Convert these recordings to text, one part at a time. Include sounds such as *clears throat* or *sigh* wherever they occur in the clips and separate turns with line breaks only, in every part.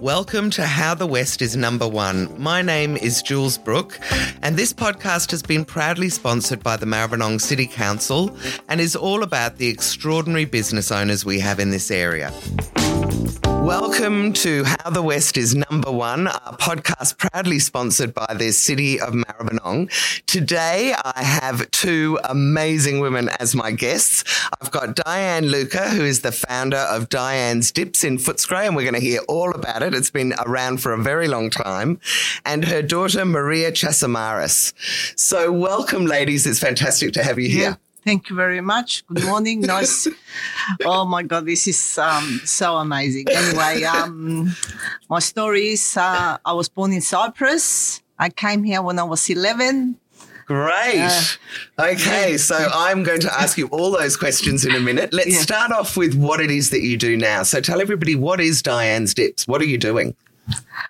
Welcome to How the West is Number One. My name is Jules Brook, and this podcast has been proudly sponsored by the Maribyrnong City Council and is all about the extraordinary business owners we have in this area. Welcome to How the West is Number One, our podcast proudly sponsored by the City of Maribyrnong. Today, I have two amazing women as my guests. I've got Diane Luca, who is the founder of Diane's Dips in Footscray, and we're going to hear all about it. It's been around for a very long time, and her daughter, Maria Chasamaris. So, welcome, ladies. It's fantastic to have you here.
Yeah. Thank you very much. Good
*laughs*
morning. Nice. oh my God, this is um, so amazing. Anyway, um, my story is uh, I was born in Cyprus. I came here when I was 11.
Great.
Uh,
okay, so I'm going to ask you all those questions in a minute. Let's
Yeah.
start off with what it is that you do now. So tell everybody what is Diane's Dips? What are you doing?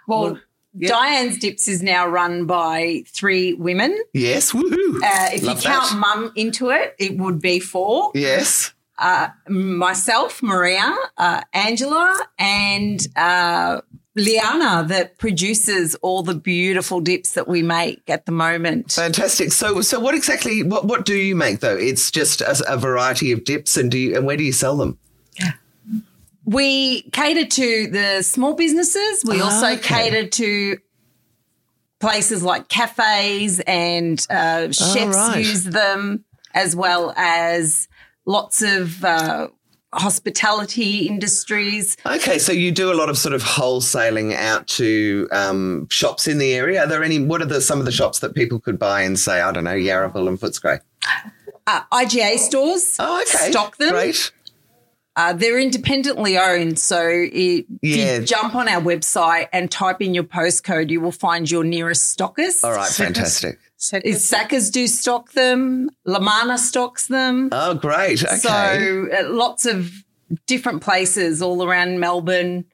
Well,
yeah.
Diane's Dips is now run by three women.
Yes, woohoo.
Uh, if
Love
you count
that.
mum into it, it would be four.
yes.
Uh, myself, Maria, uh, Angela, and uh, Liana that produces all the beautiful dips that we make at the moment.
Fantastic. So so what exactly what what do you make though? It's just a, a variety of dips and do you, and where do you sell them?
we cater to the small businesses. We
Ah,
also
okay.
cater to places like cafes and uh, chefs
right.
use them, as well as lots of uh, hospitality industries.
Okay, so you do a lot of sort of wholesaling out to um, shops in the area. Are there any what are the some of the shops that people could buy and say, I don't know, Yarraville and Footscray?
Uh, IGA stores
Oh, okay.
stock them.
Great.
Uh, they're independently owned, so it,
Yeah.
if you jump on our website and type in your postcode, you will find your nearest stockist.
All right, fantastic.
So
Is Sackers do stock them? Lamana stocks them.
Oh, great. Okay.
So uh, lots of different places all around Melbourne.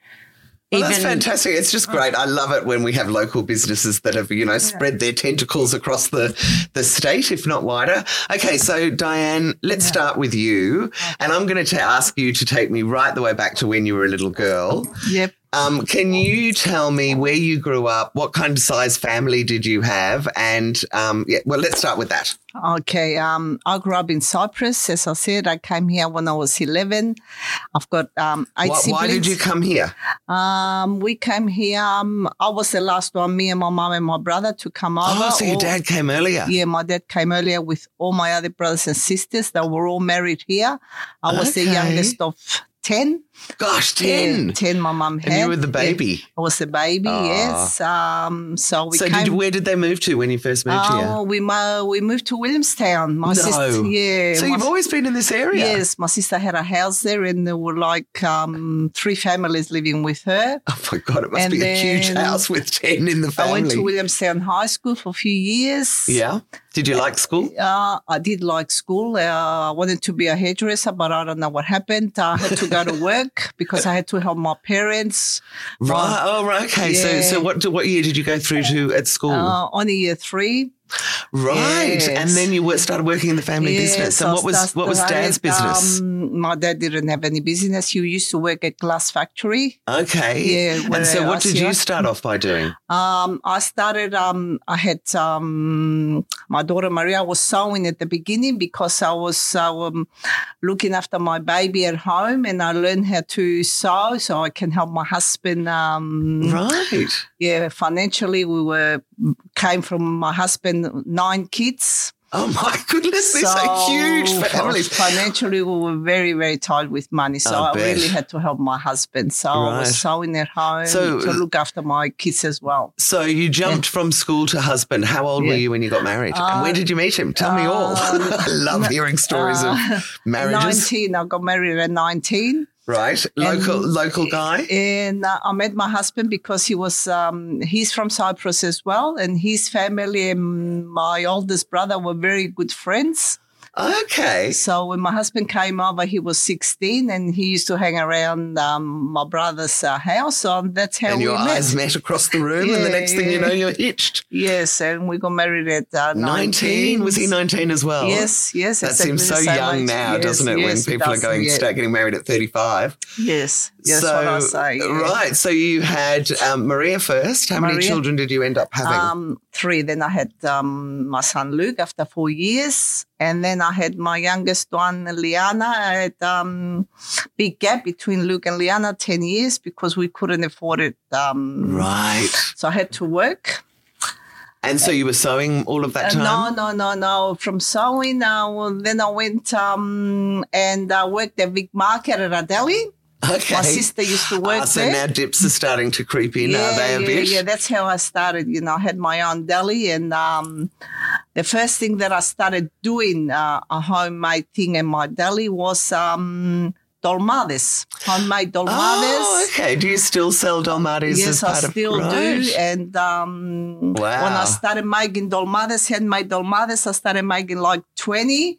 Well,
even
that's fantastic. It's just great. I love it when we have local businesses that have, you know, spread their tentacles across the, the state, if not wider. Okay, so Diane, let's start with you. And I'm going to ask you to take me right the way back to when you were a little girl.
Yep.
Um, can you tell me where you grew up? What kind of size family did you have? And um, yeah, well, let's start with that.
Okay. Um, I grew up in Cyprus. As I said, I came here when I was 11. I've got um, eight
Why,
siblings.
why did you come here?
Um, we came here. Um, I was the last one, me and my mum and my brother, to come over.
Oh, so your
All-
dad came earlier.
Yeah, my dad came earlier with all my other brothers and sisters. They were all married here. I was the
Okay.
youngest of 10.
Gosh,
Yeah,
10.
10 my mum had.
And you were the baby.
Yeah, I was the baby,
Aw.
yes. Um, so we
so,
came.
did, where did they move to when you first moved here?
Oh, we, mo- we moved to Williamstown. My
No.
sister, yeah.
So
my
you've always been in this area?
Yes, my sister had a house there, and there were like um, three families living with her.
Oh my God, it must
And
be a huge
then-
house with 10 in the
I went
family.
to Williamstown High School for a few years.
yeah. Did you like school?
Uh, I did like school. Uh, I wanted to be a hairdresser, but I don't know what happened. I had to go
*laughs*
to work because I had to help my parents.
Right. Oh, right. Okay. So,
Yeah.
so what do- what year did you go through to at school?
Uh, only year three.
right.
yes.
And then you wor- started working in the family
Yes,
business. And
I
what was
started-
what was Dad's business?
Um, my dad didn't have any business. He used to work at glass factory.
okay.
Yeah, where
and so, what
I
did
see
you
I-
start off by doing?
Um, I started. Um, I had um, my daughter Maria was sewing at the beginning because I was um, looking after my baby at home, and I learned how to sew so I can help my husband. Um,
Right.
Yeah, financially we were came from my husband nine kids.
Oh my *laughs* goodness, these are huge
So,
families.
Financially, we were very, very tight with money. So
I
I,
bet.
really had to help my husband. So I
Right.
was sewing at home
So-
to look after my kids as well.
So you jumped from school to husband. How old were
Mm. Yeah. Uh,
you when you got married? and where did you meet him? Tell me all.
um,
*laughs* I love hearing stories
uh, *laughs*
of marriages.
19, I got married at 19.
Right, local
And-
local guy.
And uh, I met my husband because he was, um, he's from Cyprus as well. And his family and my oldest brother were very good friends.
Okay.
So when my husband came over, he was 16 and he used to hang around um, my brother's uh, house. So that's how
and
we
your
met.
eyes met across the room, and the
Yeah,
next thing you
yeah.
know, you're hitched.
Yes, and we got married at uh, 19.
19? Was he 19 as well?
Yes, yes.
That
exactly
seems so
the same
young
age.
now,
Yes,
doesn't it?
yes,
when people are
does,
going,
yeah.
start getting married at 35.
Yes, yes,
so,
what I say. yeah.
Right. So you had um, Maria first. How many
Maria.
children did you end up having?
Um, three. Then I had um, my son Luke after four years, and then I had my youngest one Liana. I had um, big gap between Luke and Liana, ten years, because we couldn't afford it. Um,
right.
So I had to work.
And so you were sewing all of that
Uh,
time?
No, no, no, no. From sewing, uh, well, then I went um, and I worked at Big Market at Adeli.
okay.
My sister used to work
Ah, so
there.
now dips are starting to creep in, are they a
yeah,
bit?
yeah, that's how I started. You know, I had my own deli, and um, the first thing that I started doing uh, a homemade thing in my deli was um, dolmades, homemade dolmades.
Oh, okay. Do you still sell Dalmatis as
Yes, I
part of
still do.
Right.
And um, when
Wow.
I started making dolmades, handmade dolmades, I started making like 20.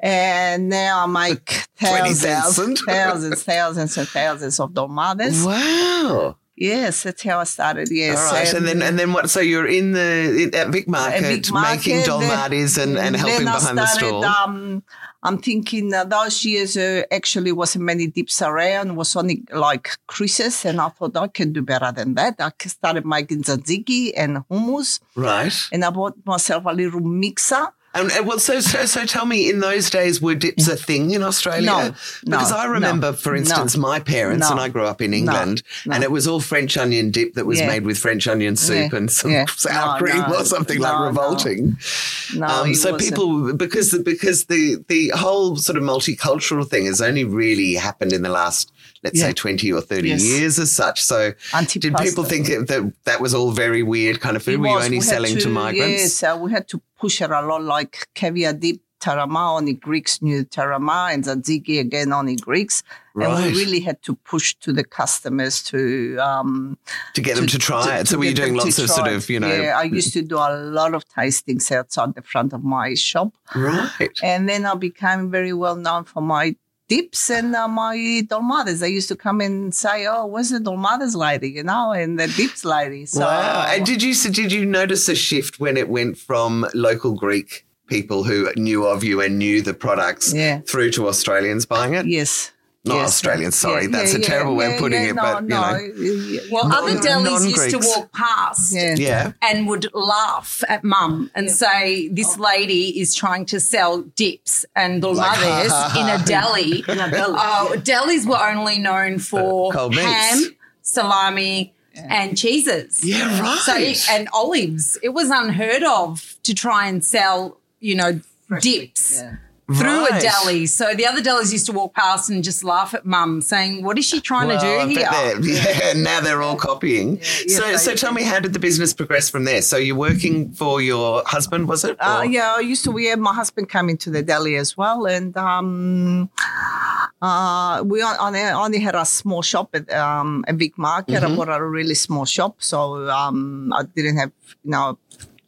And now I
*laughs*
make thousands,
20,000?
thousands, thousands, and thousands of dolmades.
Wow.
Yes, that's how I started. Yes.
All right. And, then and then what? So you're in the in- at Vic Market,
Vic Market,
making
then-
Dalmatis and, and helping
then I
behind the
started,
stall.
Um, I'm thinking uh, those years uh, actually wasn't many dips around, was only like creases. And I thought I can do better than that. I started making tzatziki and hummus.
right.
And I bought myself a little mixer.
And, and well, so, so so tell me, in those days, were dips a thing in Australia?
No, no,
because I remember,
no,
for instance,
no.
my parents
No.
and I grew up in England,
no.
and it was all French onion dip that was
Yeah.
made with French onion soup
Yeah,
and some
yeah.
sour
No,
cream
no,
or something
no,
like
no.
revolting.
No,
Um,
it
so
wasn't.
people, because because the the whole sort of multicultural thing has only really happened in the last, let's say,
Yeah.
twenty or thirty
Yes.
years as such. So did
Antipasta.
people think it, that that was all very weird kind of food?
It
Were you
was.
only
We had
selling to, migrants?
Yes, uh, we had to push it a lot, like caviar dip, tarama, only Greeks knew tarama, and tzatziki again, only Greeks.
Right.
And we really had to push to the customers to um,
to get them to, try it. so were you
get
doing
them to
lots of sort
try it.
of you know
Yeah, I used to do a lot of tastings outside the front of my shop,
right?
and then I became very well known for my dips and uh, my dolmades. They used to come and say, "Oh, where's the dolmades lady?" You know, and the dips lady. So,
wow! And did you so did you notice a shift when it went from local Greek people who knew of you and knew the products
Yeah.
through to Australians buying it?
yes.
Not
yes.
Australian, sorry.
Yeah,
That's
yeah,
a terrible way of
yeah,
putting
yeah,
it,
no,
but you
no,
know,
yeah, yeah.
Well, other
non-
delis used to
non-Greeks.
walk past.
Yeah.
yeah.
and would laugh at mum and say, This lady is trying to sell dips and the
Like,
mothers
ha, ha,
*laughs* in
ha. Uh,
a deli. Oh, delis were only known for
cold meats.
ham, salami, and cheeses.
Yeah, right.
So, and olives. It was unheard of to try and sell, you know, dips.
yeah.
Through
Right.
a deli. So the other delis used to walk past and just laugh at mum, saying, What is she trying
Well, I
to do
bet
here?
they're- *laughs* yeah, now they're all copying.
yes,
so,
they
so
do.
tell me, how did the business progress from there? So, you're working for your husband, was it?
Uh,
Or-
yeah, I used to. We had my husband come into the deli as well, and um, uh, we on- on- only had a small shop at um, a big market. I bought a really small shop, so um, I didn't have you know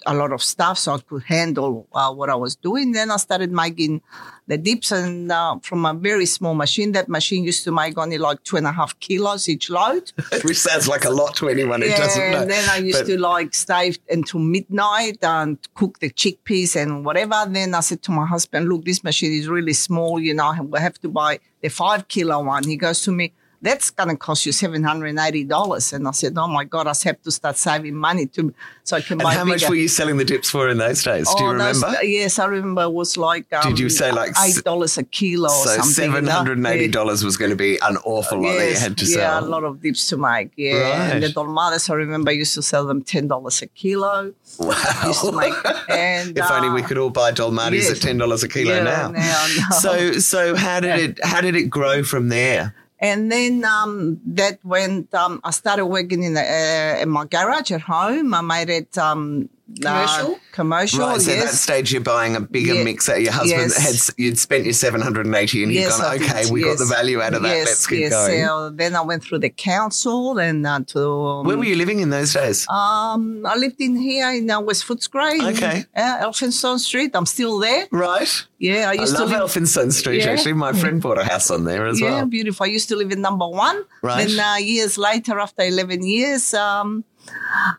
a lot of stuff, so I could handle uh, what I was doing. Then I started making the dips, and uh, from a very small machine, that machine used to make only like two and a half kilos each load.
*laughs* Which sounds like a lot to anyone who doesn't
Yeah,
know.
and then I used
But-
to like stay until midnight and cook the chickpeas and whatever. Then I said to my husband, "Look, this machine is really small. You know, we have to buy the five kilo one." He goes to me, "That's going to cost you seven hundred and eighty dollars." And I said, "Oh my god, I have to start saving money to so I can
And
buy."
how much
bigger."
were you selling the dips for in those days? Do you
Oh, those-
remember?
yes, I remember. It was like um,
Did you say like s-
eight dollars a kilo or
so
Oh, something? you know?
seven hundred and eighty
Yeah.
dollars was going to be an awful lot that you
Yes,
had to
yeah,
sell.
a lot of dips to make. Yeah,
Right.
and the dolmades I remember used to sell them ten dollars a kilo.
Wow.
Used to make, and
*laughs* if only we
uh,
could all buy Dolmatis
yes.
at ten dollars a kilo
yeah,
now.
*laughs*
*laughs*
now,
So so how did it how did it grow from there?
And then um, that went. Um, I started working in, the, uh, in my garage at home. I made it um,
Commercial?
commercial,
Right, so at that
yes.
stage you're buying a bigger
Ye-
mixer. Your husband
yes.
had s- you'd spent your 780 and you'd
Yes, I
gone,
did,
okay, we
yes.
got the value out of that.
Yes,
Let's keep
yes.
going.
So then I went through the council and uh, to um,
Where were you living in those days?
Um, I lived in here in uh, West Footscray,
Okay.
uh, Elphinstone Street. I'm still there.
Right.
Yeah, I
I
used to
love
live.
Elphinstone Street,
Yeah.
actually. My friend bought a house on there as
yeah,
well.
beautiful. I used to live in number one.
Right.
Then uh, years later, after eleven years, um,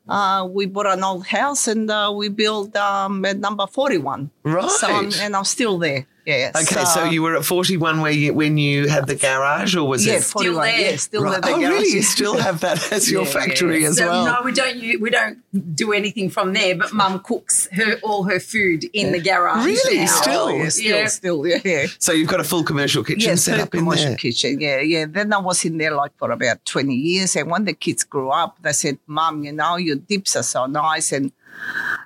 uh, we bought an old house and uh, we built um, at number forty-one.
Right.
So I'm, and I'm still there. Uh, Yeah.
okay, so, you were at 41 where you, when you had the garage, or was
yeah,
it?
still
41,
there?
Yeah, still
Right.
there. the
oh,
garage.
really? You still have that *laughs* as your
Yeah,
factory
yeah.
as
so
well?
no, we don't. u- We don't do anything from there. But Mum cooks her all her food in the garage.
Really?
now.
Still?
yeah, still,
Yeah.
still, yeah, yeah.
So you've got a full commercial kitchen
Yeah,
set
food
up in
commercial
there.
kitchen. Yeah, yeah. Then I was in there like for about 20 years. And when the kids grew up, they said, Mom, you know, your dips are so nice. And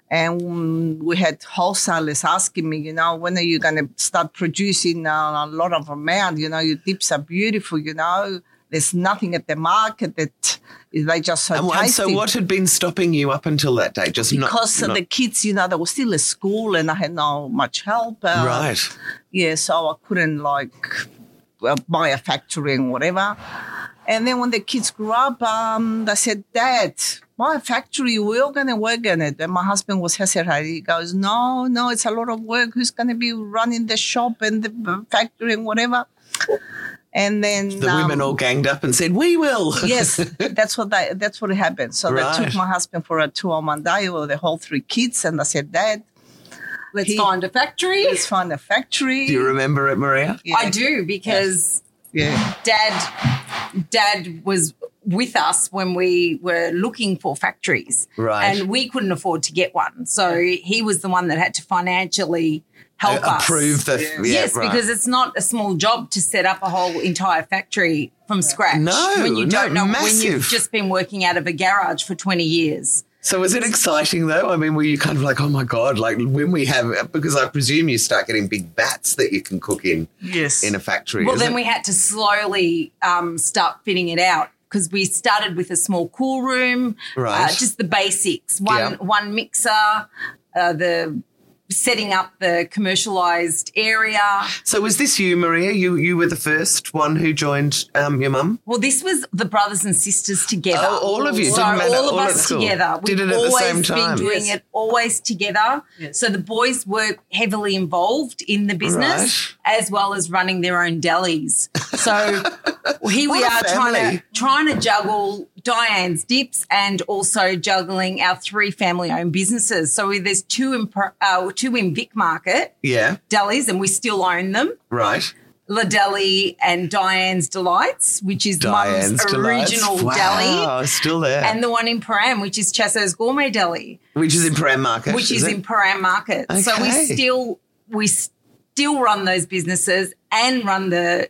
and we had wholesalers asking me, you know, when are you going to start producing uh, a lot of amount? You know, your dips are beautiful, you know. There's nothing at the market that they just so
And why-
tasty.
so what had been stopping you up until that day? Just not-
because
not,
of the kids, you know, they were still at school and I had no much help. Uh,
right.
yeah, so I couldn't like uh, buy a factory and whatever. And then when the kids grew up, um, they said, Dad, buy a factory. We're all going to work on it. And my husband was hesitant. He goes, No, no, it's a lot of work. Who's going to be running the shop and the uh, factory and whatever? And then
The
um,
women all *laughs* ganged up and said, "We will." *laughs*
yes, that's what they, that's what happened. So
Right.
they took my husband for a tour on one day with the whole three kids, and I said, "Dad,
Let's
He-
find a factory.
let's find a factory."
Do you remember it, Maria?
Yeah,
I do because
Yeah.
Dad, Dad was with us when we were looking for factories,
Right.
And we couldn't afford to get one, so he was the one that had to financially help
Uh,
us
approve the
Yes.
yeah,
yes,
right.
because it's not a small job to set up a whole entire factory from scratch.
No,
when you don't
no,
know when
massive.
you've just been working out of a garage for twenty years.
so was it exciting though? I mean, were you kind of like, "Oh my god!" Like when we have because I presume you start getting big bats that you can cook in
Yes.
in a factory.
Well,
is
then
it?
we had to slowly um, start fitting it out because we started with a small cool room,
Right.
uh, just the basics. One
Yeah.
one mixer, uh, the setting up the commercialized area.
So was this you, Maria? You you were the first one who joined um, your mum.
Well, this was the brothers and sisters together.
Oh, all of you,
So
didn't matter,
all of
all at
us
school.
together.
Did it at the
always
same time.
Been doing
Yes.
it always together.
Yes.
So the boys were heavily involved in the business as well as running their own delis.
*laughs*
So here we
What a
are trying
family.
to trying to juggle Diane's dips and also juggling our three family-owned businesses. So we- there's two in Pro- uh, two in Vic Market
Yeah,
delis, and we still own them.
right.
La Deli and Diane's Delights, which is
Diane's
Mum's
Delights.
original deli,
wow, still there,
and the one in Param, which is Chasso's Gourmet Deli,
which is in Param Market,
which is,
it?
in Param Market. So we
Okay.
still we still run those businesses and run the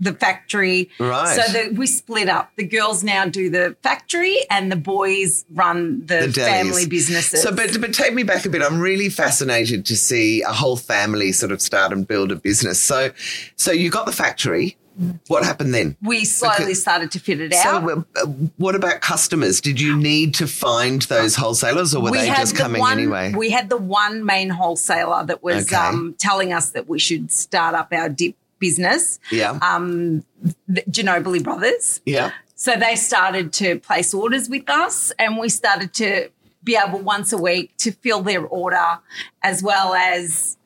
the factory.
Right.
So the, we split up. The girls now do the factory, and the boys run
the
the,
delis.
family businesses.
So, but but take me back a bit. I'm really fascinated to see a whole family sort of start and build a business. So, so you got the factory. What happened then?
we slowly
because-
started to fit it out.
So, uh, what about customers? Did you need to find those wholesalers, or were they just
the
coming
one,
anyway?
We had the one main wholesaler that was
Okay.
um, telling us that we should start up our dip business,
yeah,
um, the Ginobili Brothers.
yeah.
So they started to place orders with us, and we started to be able once a week to fill their order, as well as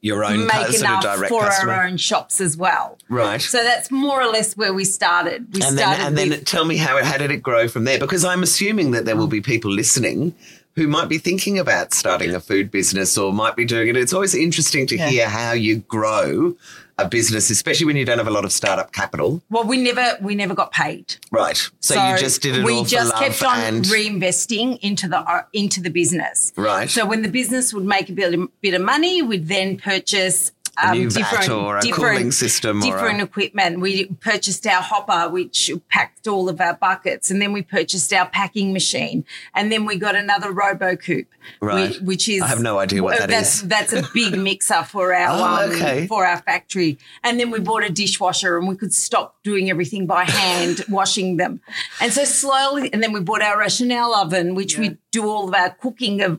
Your own
make
sort of
enough
direct
for
customer,
our own shops as well.
right?
So that's more or less where we started. We
and
started
then, and then
with,
tell me how how did it grow from there? Because I'm assuming that there will be people listening who might be thinking about starting a food business or might be doing it. It's always interesting to
Yeah.
hear how you grow a business, especially when you don't have a lot of startup capital.
well, we never we never got paid.
Right. So, you just did it
we
all for
just
love
kept on
and
reinvesting into the uh, into the business.
right.
So when the business would make a bit of, bit of money, we'd then purchase
a
um,
new vat
different
or a
different
cooling system or
different
a,
equipment. We purchased our hopper, which packed all of our buckets, and then we purchased our packing machine, and then we got another RoboCoop,
Right.
which, which is
I have no idea what that
Uh, that's,
is.
That's a
*laughs*
big mixer for our
Oh,
um,
okay.
for our factory, and then we bought a dishwasher, and we could stop doing everything by
*laughs*
hand, washing them, and so slowly, and then we bought our rationale oven, which we do all of our cooking of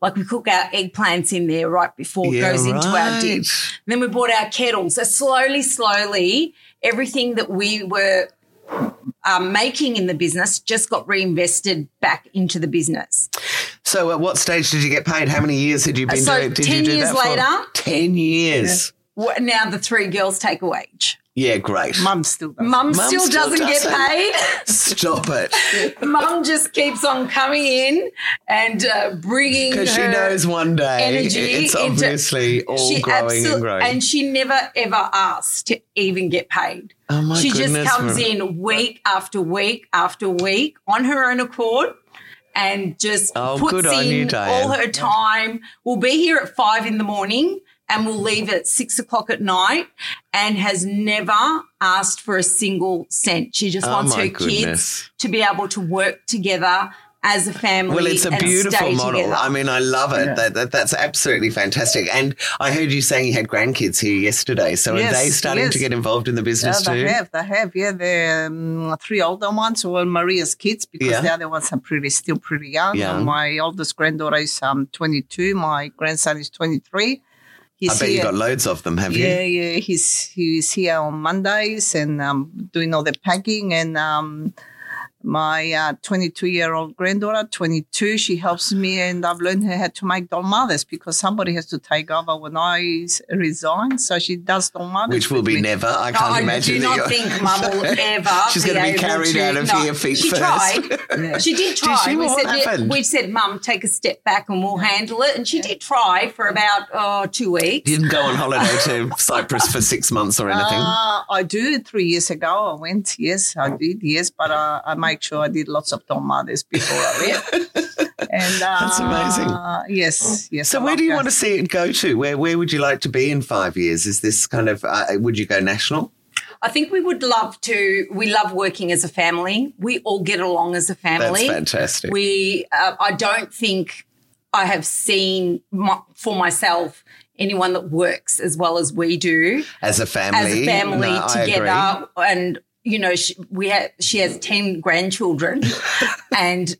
Like we cook our eggplants in there right before
Yeah,
it goes into our dip.
right.
And then we bought our kettles. So slowly, slowly, everything that we were um, making in the business just got reinvested back into the business.
So, at what stage did you get paid? How many years had you been
So
doing? Did
10
you do
years
that for?
later.
Ten years.
Wha- Now the three girls take a wage.
Yeah, great.
Mum still does.
Mum still,
still
doesn't,
doesn't.
get
Stop it,
paid. *laughs* Mum just keeps on coming in and uh, bringing
because she
her
knows one day
energy
it's
into-
obviously all growing
absol-
and growing.
and she never ever asks to even get paid.
oh my
she just
goodness,
comes
Maria.
in week after week after week on her own accord and just
Oh, good
puts
on you,
in
Diane.
all her time. We'll be here at five in the morning and we'll leave at six o'clock at night and has never asked for a single cent. She just
Oh,
wants
my
her
goodness.
kids to be able to work together as a family.
Well, it's a
and
beautiful
stay
model.
together.
I mean, I love it. That, that that's absolutely fantastic. And I heard you saying you had grandkids here yesterday. So
Yes,
are they starting
yes.
to get involved in the
Yeah,
business
they
too?
have, they have. Yeah, the um, three older ones were Maria's kids because
Yeah.
the other ones are pretty, still pretty young.
Yeah.
And my oldest granddaughter is um 22. My grandson is 23.
I
He's
bet you
here.
got loads of them, have
yeah,
you?
yeah. He's he's here on Mondays and um doing all the packing and um. My uh, 22 year old granddaughter, 22, she helps me, and I've learned her how to make dolmades because somebody has to take over when I s- resign. So she does dolmades.
Which will
with
be
me.
never. I can't
I
imagine.
do
that
not
you're- *laughs*
think Mum will ever.
She's gonna be
able
carried
to-
out of
no,
here feet
she
first. *laughs*
Tried. She did try.
she?
we
What
said, yeah,
happened?
we said, Mum, take a step back and we'll handle it. And she did try for about oh, two weeks.
didn't go on holiday to Cyprus for six months or anything.
Uh, I do. Three years ago, I went. Yes, I did. Yes, but uh, I make sure I did lots of tomatoes before I
*laughs*
went. And uh,
That's amazing.
Yes, yes.
so,
I
where
love
do you
that.
want to see it go to? Where Where would you like to be in five years? Is this kind of? Uh, would you go national?
I think we would love to. We love working as a family. We all get along as a
That's
family.
fantastic.
We, uh, I don't think I have seen my, for myself anyone that works as well as we do
as a family,
as a family
No, I agree.
together, and you know, she, we ha- she has
*laughs*
ten grandchildren, and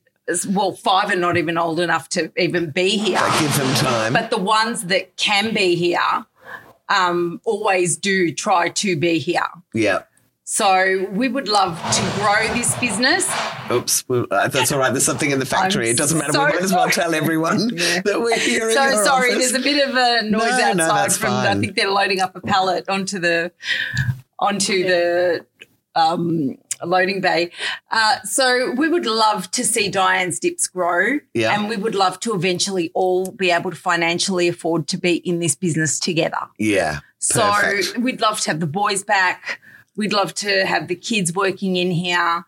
well, five are not even old enough to even be here.
But give them time.
But the ones that can be here um, always do try to be here.
yeah.
So we would love to grow this business.
Oops, well, uh, that's all right. There's something in the factory. it doesn't matter.
so
we might as well
sorry.
tell
*laughs*
everyone that we're here. in
So
your
sorry,
office.
there's a bit of a
*laughs*
noise
No,
outside
no, that's
from
fine.
I think they're loading up a pallet onto the onto the um, loading bay. Uh, so we would love to see Diane's dips grow,
Yeah.
and we would love to eventually all be able to financially afford to be in this business together.
yeah.
So
perfect.
we'd love to have the boys back. We'd love to have the kids working in here.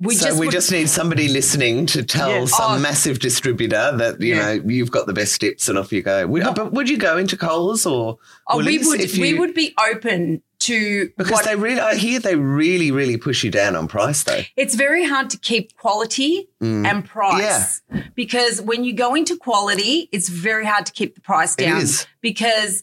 We
so we
would-
just need somebody listening to tell
Yeah.
some
Oh.
massive distributor that you
Yeah.
know you've got the best dips and off you go. Would, But would you go into Coles or?
oh, we
Woolies
would
if you-
we would be open to
because
what
they really. I hear they really really push you down on price though.
It's very hard to keep quality
Mm.
and price because when you go into quality, it's very hard to keep the price
It
down
is.
because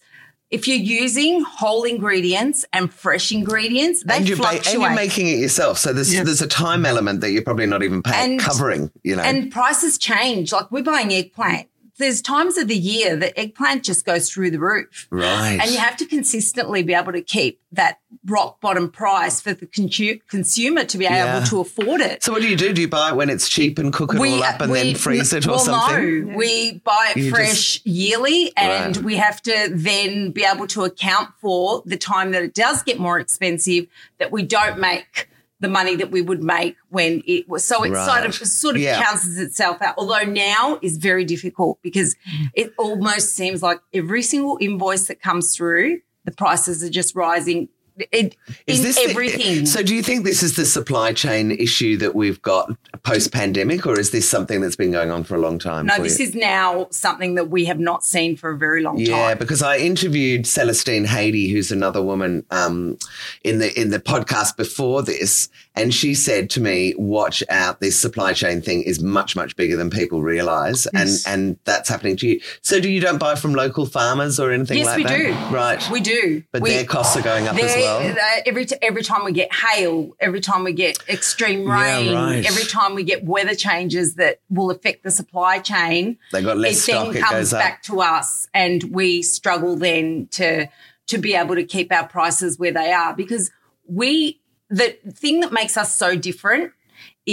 if you're using whole ingredients and fresh ingredients, they
And you're, ba- and
fluctuate. And,
you're making it yourself, so there's
Yeah.
there's a time element that you're probably not even paying
And-
covering. You know,
prices change. Like we're buying eggplant. There's times of the year that eggplant just goes through the roof.
right?
And you have to consistently be able to keep that rock bottom price for the consu- consumer to be able
Yeah.
to afford it.
so what do you do? Do you buy it when it's cheap and cook it all up and then freeze it or
well,
something?
No, we buy it
You
fresh yearly and
Right.
we have to then be able to account for the time that it does get more expensive that we don't make the money that we would make when it was so it sort of
Right.
sort of
Yeah.
cancels itself out although now is very difficult because it almost seems like every single invoice that comes through the prices are just rising it, in
the-
everything
so do you think this is the supply chain issue that we've got post pandemic, or is this something that's been going on for a long time?
no
for
this
you?
is now something that we have not seen for a very long time
Yeah, because I interviewed Celestine Haiti, who's another woman um, in the in the podcast before this, and she said to me, "Watch out! This supply chain thing is much much bigger than people realise,
Yes.
and and that's happening to you. So, do you don't buy from local farmers or anything
Yes,
like
we
that?
do.
Right,
We do.
but
we,
their costs are going up as
they-
well.
uh, every t- every time we get hail, every time we get extreme
Yeah,
rain,
right.
every time we get weather changes that will affect the supply chain,
They got less
it
stock.
then
It
comes
goes up.
back to us and we struggle then to to be able to keep our prices where they are because we the thing that makes us so different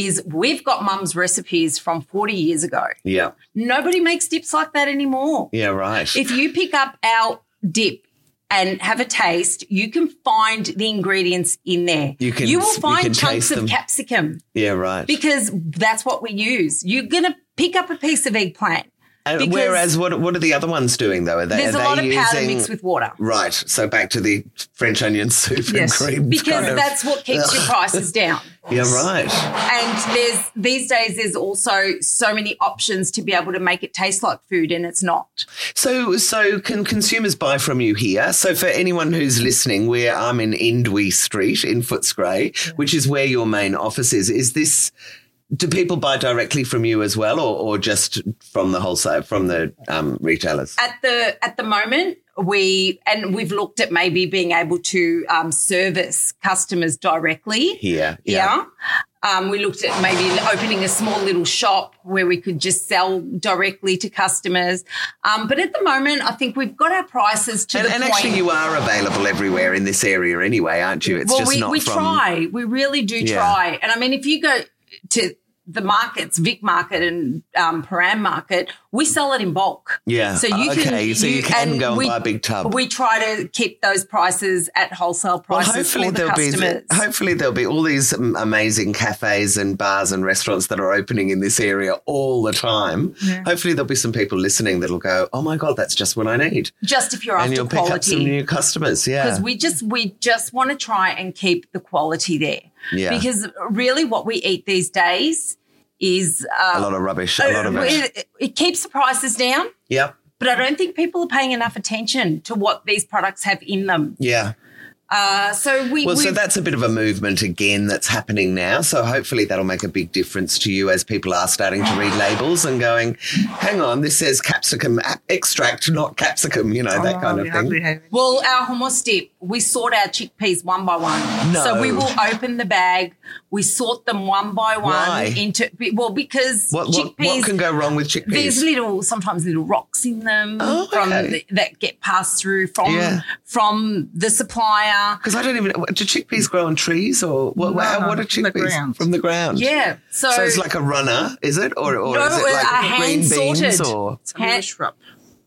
is we've got mum's recipes from 40 years ago.
Yeah.
Nobody makes dips like that anymore.
Yeah. Right.
If you pick up our dip and have a taste, you can find the ingredients in there.
You can-
you will
you
find
can
chunks
taste
of
them.
capsicum
yeah. Right.
because that's what we use. You're gonna pick up a piece of eggplant.
And
because-
whereas, what what are the other ones doing though? Are they
There's
are
a
they
lot of
using
powder mixed with water.
right? So back to the French onion soup
Yes,
and cream.
Because
kind of-
that's what keeps your prices down.
yeah. Right.
And there's these days there's also so many options to be able to make it taste like food and it's not.
So so can consumers buy from you here? So for anyone who's listening, where I'm in Indwee Street in Footscray, which is where your main office is, is this? Do people buy directly from you as well, or, or just from the wholesale from the um, retailers?
at the at the moment we and we've looked at maybe being able to um, service customers directly
Here,
yeah, Um, we looked at maybe opening a small little shop where we could just sell directly to customers um, but at the moment i think we've got our prices to
And,
the
and
point
actually, you are available everywhere in this area anyway, aren't you? It's
well
just
we,
not
we
from
try we really do
Yeah.
try and i mean if you go to the markets vic market and um, param market we sell it in bulk
Yeah. Uh,
So you
okay,
can,
so you, can
and
go and
we-
buy a big tub.
We try to keep those prices at wholesale
well,
prices
hopefully
for the
there'll
customers.
be hopefully there'll be all these um, amazing cafes and bars and restaurants that are opening in this area all the time. Hopefully there'll be some people listening that'll go, "Oh my god, that's just what I need,"
just if you're
and
after
you'll pick up some
quality,
new customers. Yeah,
because we just we just want to try and keep the quality there.
Yeah.
Because really, what we eat these days is uh,
a lot of rubbish, a lot of it.
it, it keeps the prices down.
Yeah,
But I don't think people are paying enough attention to what these products have in them.
yeah.
Uh, so we,
Well,
we
so that's a bit of a movement again that's happening now. So hopefully that'll make a big difference to you as people are starting to read labels and going, hang on, this says capsicum a- extract, not capsicum, you know,
Oh,
that kind
Oh,
of thing.
Well, our hummus dip, we sort our chickpeas one by one.
No.
So we will open the bag, we sort them one by one
Why?
into well because
What, what,
chickpeas
what can go wrong with
there's
chickpeas?
little sometimes little rocks in them
Oh,
from
okay.
the, that get passed through from
Yeah.
from the supplier.
Because I don't even, do chickpeas grow on trees or what,
No,
how- what are
no, from the
chickpeas?
ground.
From the ground.
Yeah. So,
So it's like a runner, is it? Or, or
No,
is it
uh,
like
a hand
green beans
sorted.
or?
It's a
Hat-
shrub.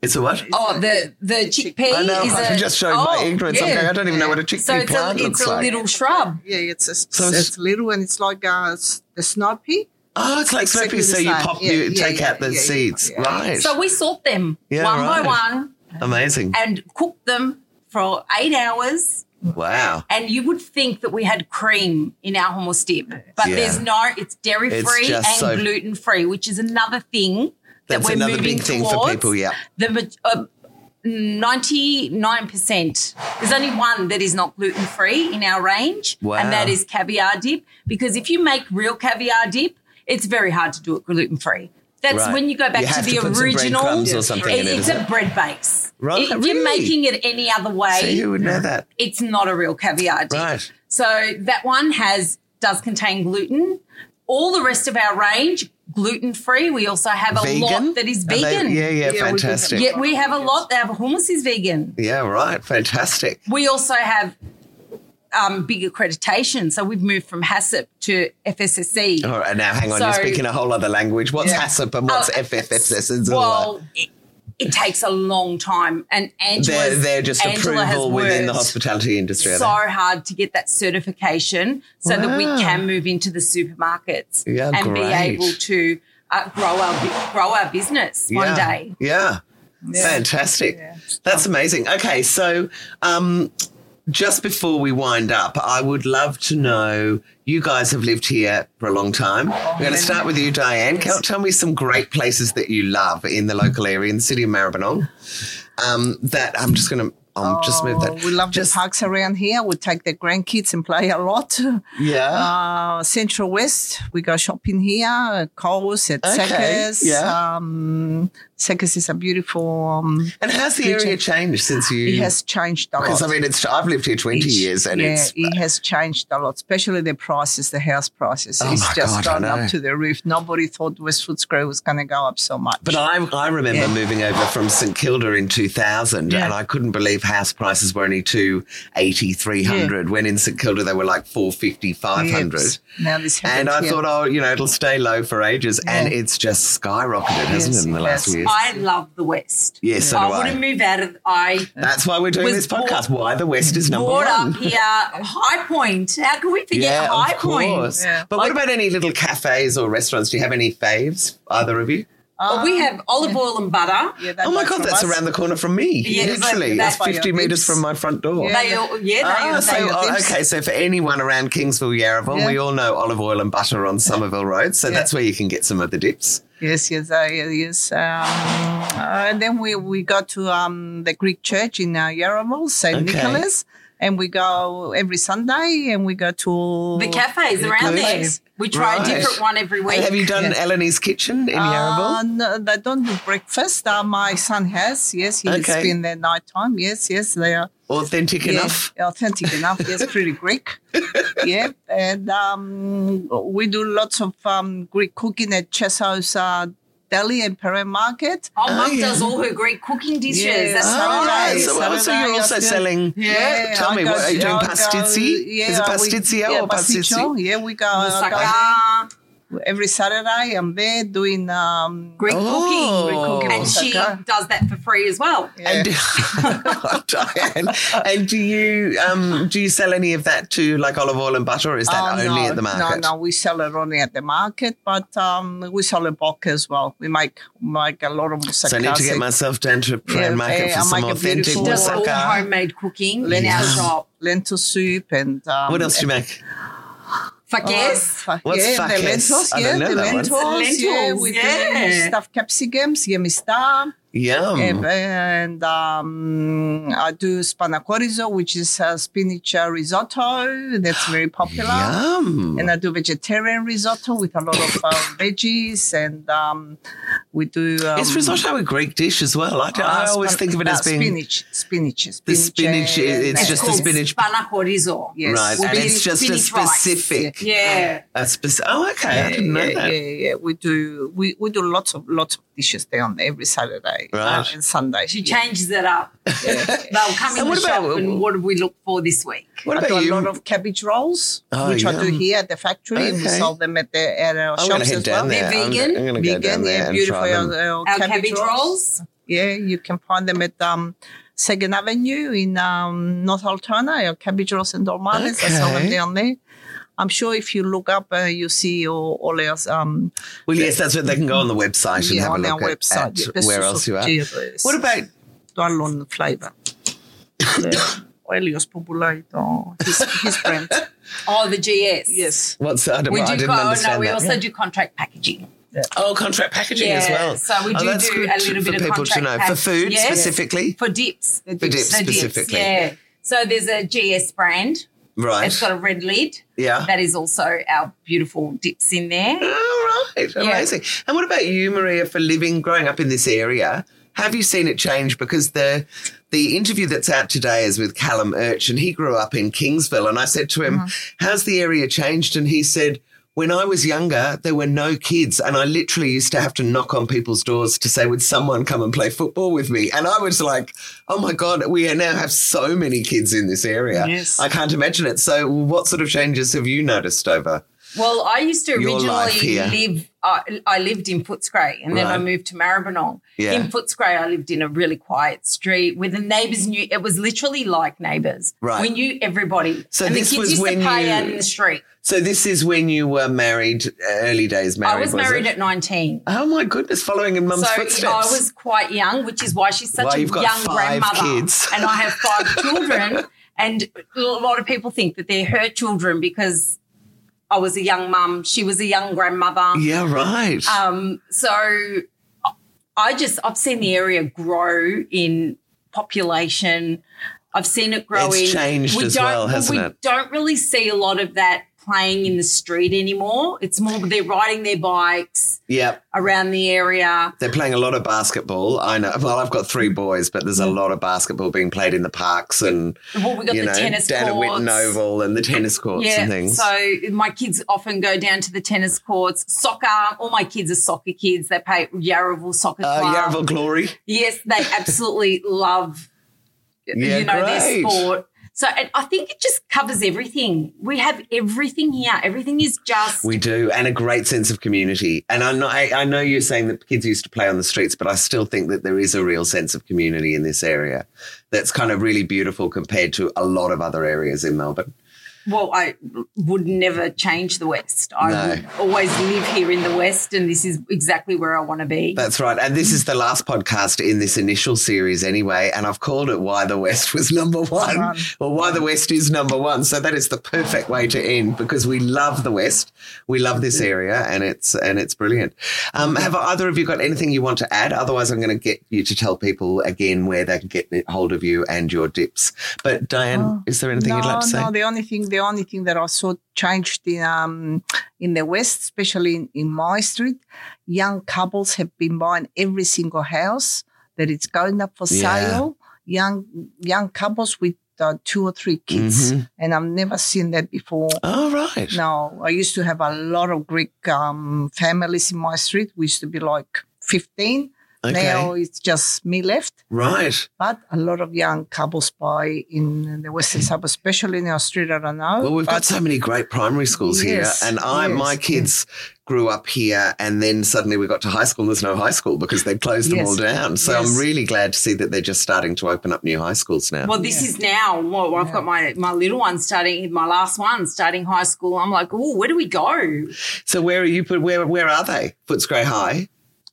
It's a what?
Oh, the the chickpea
I know,
is
I'm
a,
just showing my
oh,
ignorance. I'm
yeah.
going, I don't even know what a chickpea
So it's a
plant looks
it's a
like.
little shrub.
Yeah, it's a,
it's-
it's, little and it's like a, s- a snow pea.
Oh, it's like
Exactly
Slurpee.
the
So you
same.
pop,
Yeah,
you
yeah,
take
yeah,
out the
yeah,
seeds.
yeah.
Right.
So we sort them
Yeah,
one
right.
by one
Amazing.
and cook them for eight hours.
Wow.
And you would think that we had cream in our hummus dip, but
Yeah.
there's no. It's dairy
It's
free and
just so-
gluten free, which is another thing that
That's
we're
another
moving
big thing
towards.
for people. Yeah.
The ninety nine percent. There's only one that is not gluten free in our range,
Wow.
and that is caviar dip. Because if you make real caviar dip, it's very hard to do it gluten free. That's
Right.
when you go back
You
to
have
the
to put some
original.
breadcrumbs or something in
It-
it,
it's
isn't
a
it?
bread base.
Right,
If
really?
you're making it any other way,
See, who would know that?
it's not a real caviar dip.
Right.
So that one has does contain gluten. All the rest of our range gluten free. We also have a
Vegan?
lot that is
Are they-
vegan.
yeah, yeah,
we do have
fantastic.
Yet we have a lot. Our hummus is vegan.
Yeah, right. Fantastic.
We also have um, big accreditation. So we've moved from HACCP to FSSC.
All right, now hang on. You're
So-
speaking a whole other language. What's
Yeah.
HACCP and what's
Oh,
FFFS and all that?
well, it, it takes a long time, and Angela,
They're, they're just
Angela has
approval within the
worked
hospitality industry. are
So hard to get that certification so that we
Wow.
can move into the supermarkets
Yeah,
and be
great.
able to uh, grow our bu- grow our business
they?
one
yeah.
day.
Yeah.
Yeah.
Fantastic.
Yeah.
That's amazing. Okay, so um, just before we wind up, I would love to know you guys have lived here for a long time. We're going to
Oh, many.
start with you, Diane. Can, tell me some great places that you love in the local area, in the city of Maribyrnong. Um, that I'm just going to. I'll just move that.
Oh, We love
just,
the parks around here. We take the grandkids and play a lot. *laughs*
Yeah.
Uh, Central West, we go shopping here, Coles, at
Okay,
Sackers,
yeah.
um, Secus is a beautiful. Um,
And how's the
Richard.
area changed since you?
It has changed a lot.
Mm. Because I mean, it's I've lived here twenty
It's-
years, and
yeah,
it's
it has changed a lot, especially the prices, the house prices.
Oh my
it's just
God, I
gone
know.
up to the roof. Nobody thought West Footscray was going to go up so much.
But I, I remember
Yeah.
moving over from St Kilda in 2000
Yeah.
and I couldn't believe house prices were only 280, 300 when in St Kilda they were like 450, 500.
Yes. Now this
And
happened
I
here.
thought, oh, you know, it'll stay low for ages. And
Yeah.
it's just skyrocketed, hasn't
Yes,
it, in the
it
last
has.
few years?
I love the West.
yes, so do
I wouldn't
I.
move out of. I
That's why we're doing
was
this podcast. Why the West is number
brought
one.
up here High Point. How can we forget
yeah,
High
of
Point?
course.
Yeah.
But what about any little cafes or restaurants? Do you have any faves, either of you?
Oh, we have olive oil and butter.
Um, Yeah, that
oh my
was
God,
from
that's
us.
around the corner from me.
Yeah, it's like-
Literally,
that's
that's
why your
50 metres
lips-
from my front door.
Yeah.
They all, yeah, they,
Ah,
all-
so,
they all-
oh,
dips.
okay, so for anyone around Kingsville, Yarraville,
Yeah.
we all know olive oil and butter on Somerville Road, so
Yeah.
that's where you can get some of the dips.
Yes, yes, uh, yes. Um, uh, and then we, we go to um, the Greek church in uh, Yarraville, St.
Okay.
Nicholas, and we go every Sunday and we go to
the cafes around there.
Cafes.
We try
Right.
a different one every week.
And have you done
Yeah.
Eleanor's Kitchen in
Uh,
Yarraville?
no, they don't do breakfast. Uh, my son has. Yes, he's
Okay.
been there night time. Yes, yes, they are
Authentic
yeah,
enough?
authentic enough. Yes, pretty Greek.
*laughs*
yeah, and um, we do lots of um, Greek cooking at Chesso's uh, Deli and Perrin Market.
Oh, Mum
yeah.
does all her Greek cooking dishes.
Yeah.
That's
Oh,
All Ah, right,
Saturdays.
so, well, so
Saturday,
you're also
yeah.
selling. Tell
I
me,
go-
what, are you doing
I go-
pastizzi?
yeah,
Is it
we-
pastizia
yeah,
or pastizzi?
pasticcio. Yeah, we go, I go
Moussaka,
there every Saturday. I'm there doing um,
Greek
Oh.
cooking.
Greek cooking,
And she
moussaka.
does that for free as well.
Yeah.
And, *laughs* Diane, and do you um, do you sell any of that to like olive oil and butter, or is that
Oh,
only
no,
at the market?
No, no, we sell it only at the market, but um, we sell it bulk as well. We make make a lot of moussaka.
So I need to get myself down to Pratt
Yeah,
Market
yeah,
for
I'll
some
make a
authentic
beautiful-
She does all
Osaka.
homemade cooking in our
Yes.
shop.
lentil soup and um,
What else do you make? Oh.
Fuck yes.
fa-
What's
yeah, the
fakes?
lentils,
I
yeah,
don't know
the
that one.
lentils, yeah,
Lentils,
we
yeah.
do stuffed capsicums, yummy stuff,
Yum.
and, and um, I do spanakorizo, which is uh, spinach uh, risotto. That's very popular.
Yum.
and I do vegetarian risotto with a lot of uh, veggies, and um, we do. Um,
Is risotto a Greek dish as well? I, don't- I
uh,
always
spin-
think of it
uh,
as being
spinach, spinach, spinach.
spinach, it- it's
It's
just the
called
spinach-
Spanakorizo.
Yes.
right,
Would
and
be
it's just a
spinach rice.
specific.
Yeah.
A speci- oh, okay. I
Yeah,
didn't know
yeah,
that.
yeah, yeah. We do we, we do lots of lots of dishes there on every Saturday uh,
Right.
and Sunday.
She
Yeah.
changes it up. They'll come in
And what
the shop
about-
and what do we look for this week?
*laughs* What
I do
about
a lot
you?
of cabbage rolls,
Oh,
which I do
yum.
here at the factory, and we
Okay.
sell them at the at our
I'm going to
shops
head
as
down
well.
there.
They're
I'm go-
vegan.
I'm going to go down
Vegan,
there
yeah,
and
beautiful
try
our,
them.
our
Our cabbage rolls.
Yeah, you can find them at um, Second Avenue in um, North Altona, or Cabbage Rolls and Dolmades. I sell them
Okay.
down there. I'm sure if you look up, uh, you see all, all our um,
Well, yes, that's what they can go on the website and
yeah,
have a
on
look
our
at,
website.
at where else you are. What about
Dwalon
*coughs*
flavour? Elios Populato, his, his brand.
Oh, the GS.
Yes.
what's? I, don't,
We
I
do
didn't
go, oh,
understand
no, we
that.
also do contract packaging.
Oh, contract packaging
Yeah,
as well.
so we
Oh,
do
that's
do
good
a little
for
bit of
people to
contract
know for
pack-
food
Yeah.
specifically,
For dips.
The
for dips
dips.
The
specifically,
Yeah. So there's a GS brand.
right?
It's got a red lid.
yeah.
That is also our beautiful dips in there.
All right, amazing. And what about you, Maria? For living, growing up in this area, have you seen it change? Because the the interview that's out today is with Callum Urch, and he grew up in Kingsville. And I said to him, "How's the area changed?" And he said. When I was younger, there were no kids, and I literally used to have to knock on people's doors to say, Would someone come and play football with me? And I was like, Oh my God, we now have so many kids in this area.
Yes.
I can't imagine it. So, what sort of changes have you noticed over?
Well, I used to
Your life
originally
here.
live. I I lived in Footscray, and then I
Right.
moved to Maribyrnong.
Yeah.
In Footscray, I lived in a really quiet street where the neighbours knew. It was literally like neighbours.
Right.
We knew everybody.
So
and
this
the kids
was
used
when
to play
you-
out in the street.
So this is when you were married, uh, early days married.
I was
it?
married at nineteen,
Oh my goodness, following in mum's
so
footsteps.
I was quite young, which is why she's such
Why
a
you've got
young
five
grandmother,
kids.
and I have
*laughs*
five children. And a lot of people think that they're her children because I was a young mum. She was a young grandmother.
yeah, right.
Um, so I just I've seen the area grow in population. I've seen it grow
It's
in.
changed as well, hasn't
we
it?
don't really see a lot of that playing in the street anymore. It's more they're riding their bikes
Yep.
around the area.
They're playing a lot of basketball. I know. Well, I've got three boys, but there's a lot of basketball being played in the parks and
Well, we Mm. got
you
the
know
tennis
down at Witten
courts.
Oval and the tennis courts and things.
So my kids often go down to the tennis courts. Soccer, all my kids are soccer kids. They play Yarraville Soccer
uh,
Club.
Yarraville Glory.
Yes, they absolutely love
Yeah,
you know their
great.
sport. So and I think it just covers everything. We have everything here. Everything is just
We do, and a great sense of community. And I know, I, I know you're saying that kids used to play on the streets, but I still think that there is a real sense of community in this area that's kind of really beautiful compared to a lot of other areas in Melbourne.
well, I would never change the West. I
No.
would always live here in the West and this is exactly where I want to be.
That's right. And this is the last podcast in this initial series, anyway. And I've called it Why the West Was Number One,
One.
or Why the West is Number One. So that is the perfect way to end because we love the West. We love this area and it's, and it's brilliant. Um, have either of you got anything you want to add? Otherwise, I'm going to get you to tell people again where they can get hold of you and your dips. But Diane, is there anything
Oh, no,
you'd like to say?
No, the only thing, the only thing that I saw changed in um in the West, especially in, in my street, young couples have been buying every single house that it's going up for
Yeah.
sale. Young young couples with uh, two or three kids, and I've never seen that before.
Oh, Mm-hmm. right.
No, I used to have a lot of Greek um, families in my street. We used to be like fifteen.
Okay.
Now it's just me left
Right.
but a lot of young couples buy in
*clears throat*
the western suburbs, especially in Australia. I don't know.
Well, we've
but
got so many great primary schools
Oh, Yes,
here, and I
yes,
my
yes.
kids grew up here, and then suddenly we got to high school, and there's no high school because they'd closed them
Yes,
all down. So I'm
yes.
really glad to see that they're just starting to open up new high schools now.
Well, this is now. Well, I've got my my little one starting, my last one starting high school. I'm like, oh, where do we go?
so where are you? But where where are they? Footscray High.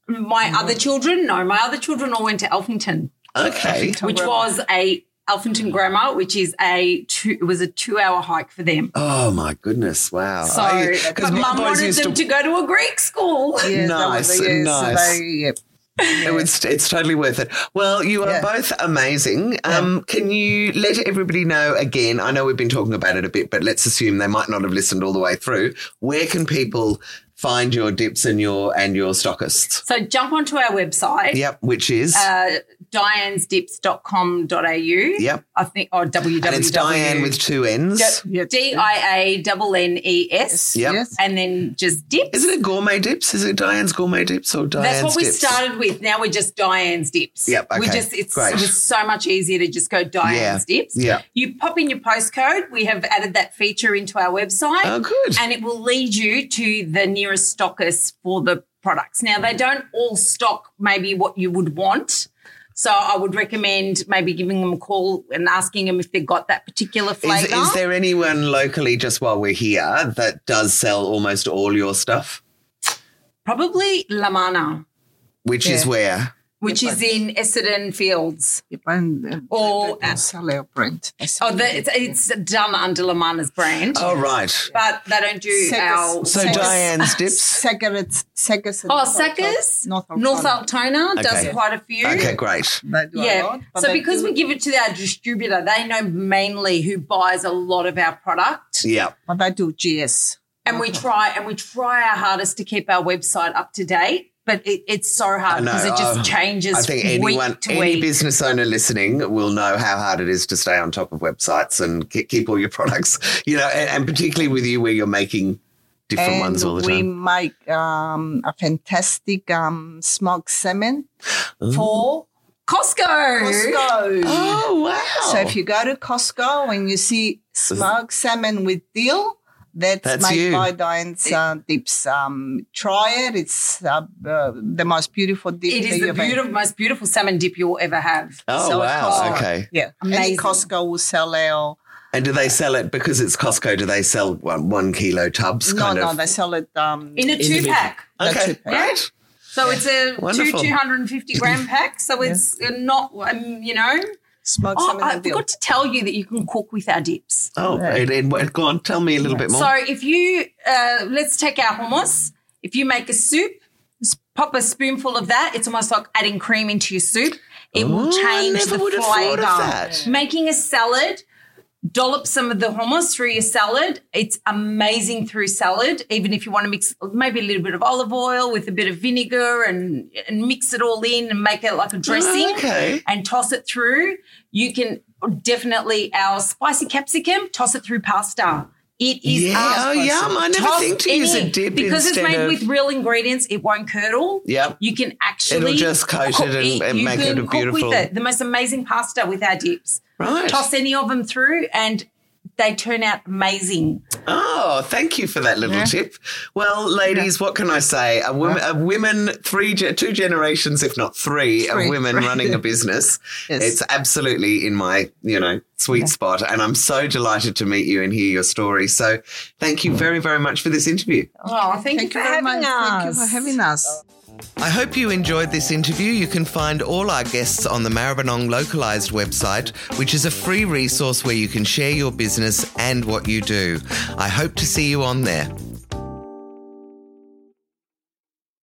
My other children, no, my other children all went to Elphington,
Okay.
Elphington.
which
Grammar.
was a Elphington Grammar, which is a two, it was a two hour hike for them.
Oh my goodness! Wow.
So,
because
but mum wanted them to go to a Greek school.
yeah, that was
nice,
the- yes,
nice.
they- yep.
It was, it's totally worth it. Well, you are
Yeah.
both amazing. Um, can you let everybody know again? I know we've been talking about it a bit, but let's assume they might not have listened all the way through. Where can people find your dips and your and your stockists?
So jump onto our website,
Yep, which is
uh, dianesdips.com.au.
yep,
I think, oh, or www.
and it's Diane with two N's.
Yeah.
D I A double N E S,
Yep.
Yes.
and then just dips.
Isn't it gourmet dips? Is it Diane's gourmet dips or Diane's
That's what we
dips?
started with. Now we're just Diane's dips.
Yep,
We
okay,
just it's
great.
it was so much easier to just go Diane's dips.
Yeah.
You pop in your postcode. We have added that feature into our website,
Oh, good.
and it will lead you to the nearest stockist for the products. Now they don't all stock maybe what you would want. So I would recommend maybe giving them a call and asking them if they've got that particular
Is,
flavour.
is there anyone locally just while we're here that does sell almost all your stuff?
Probably Lamana,
Which is
Yeah.
where.
which is in Essendon Fields.
Yep, and, and
Or-
they don't sell our brand. They sell
Oh, the, it's, it's done under Lamana's brand,
Oh, right.
but they don't do
Segas-
our.
So
Segas-
Diane's dips.
Segas, Segas and
Oh,
North
Segas?
Al- North, Al-
North Altona does
Okay.
quite a few.
Okay, great.
They do a
Yeah.
lot, but
so
they
because
do-
we give it to our distributor, they know mainly who buys a lot of our product.
Yeah.
but they do GS.
And we try and we try our hardest to keep our website up to date, but it, it's so
I
hard
know,
because it just
uh,
changes.
I think
week
anyone,
to
any
week.
business owner listening will know how hard it is to stay on top of websites and ke- keep all your products, you know, and, and particularly with you where you're making different
and
ones all the
we
time.
make um, a fantastic um, smoked salmon for
Costco.
Costco.
Oh, wow.
So if you go to Costco and you see smoked salmon with dill, that's,
That's
made
you.
by Diane's uh, dips. Um, try it; it's uh, uh, the most beautiful dip.
It
that
is
you've
the
had.
beautiful, most beautiful salmon dip you'll ever have.
oh,
so it's
wow.
Costco.
Okay.
Yeah,
Amazing.
any Costco will sell our.
And do they sell it because it's Costco? Do they sell one, one kilo tubs?
No,
kind
no,
of?
they sell it. Um,
In a two pack.
That's
Okay,
it.
great.
So it's a
Wonderful.
two 250
*laughs*
gram pack. So it's not, um, you know.
smoked
Oh,
salmon
I
with dill.
forgot to tell you that you can cook with our dips.
Oh, and, and what- go on, tell me a little bit more.
So if you, uh, let's take our hummus. If you make a soup, s- pop a spoonful of that. It's almost like adding cream into your soup. It
Ooh,
will
I
change
never
the
would have thought of
flavor.
that.
Making a salad. dollop some of the hummus through your salad. It's amazing through salad, even if you want to mix maybe a little bit of olive oil with a bit of vinegar and, and mix it all in and make it like a dressing
Oh, okay.
and toss it through. You can definitely our spicy capsicum, toss it through pasta. It is
Yeah,
our-
oh, yum. I never
toss
think to use a
any.
dip
because it's
instead
made
of-
with real ingredients. It won't curdle.
Yep.
you can actually
It'll just coat
cook
it and- and
You
make it
can
a
cook
beautiful-
With it. The most amazing pasta with our dips.
Right.
Toss any of them through, and they turn out amazing.
Oh, thank you for that little tip. Well, ladies, what can I say? A, wom- a women, three, ge- two generations, if not three,
Three,
of women
right. *laughs*
running a business.
Yes.
It's absolutely in my, you know, sweet spot. And I'm so delighted to meet you and hear your story. So thank you very, very much for this interview.
Oh, thank, you for having us.
Thank you for having us.
I hope you enjoyed this interview. You can find all our guests on the Maribyrnong Localised website, which is a free resource where you can share your business and what you do. I hope to see you on there.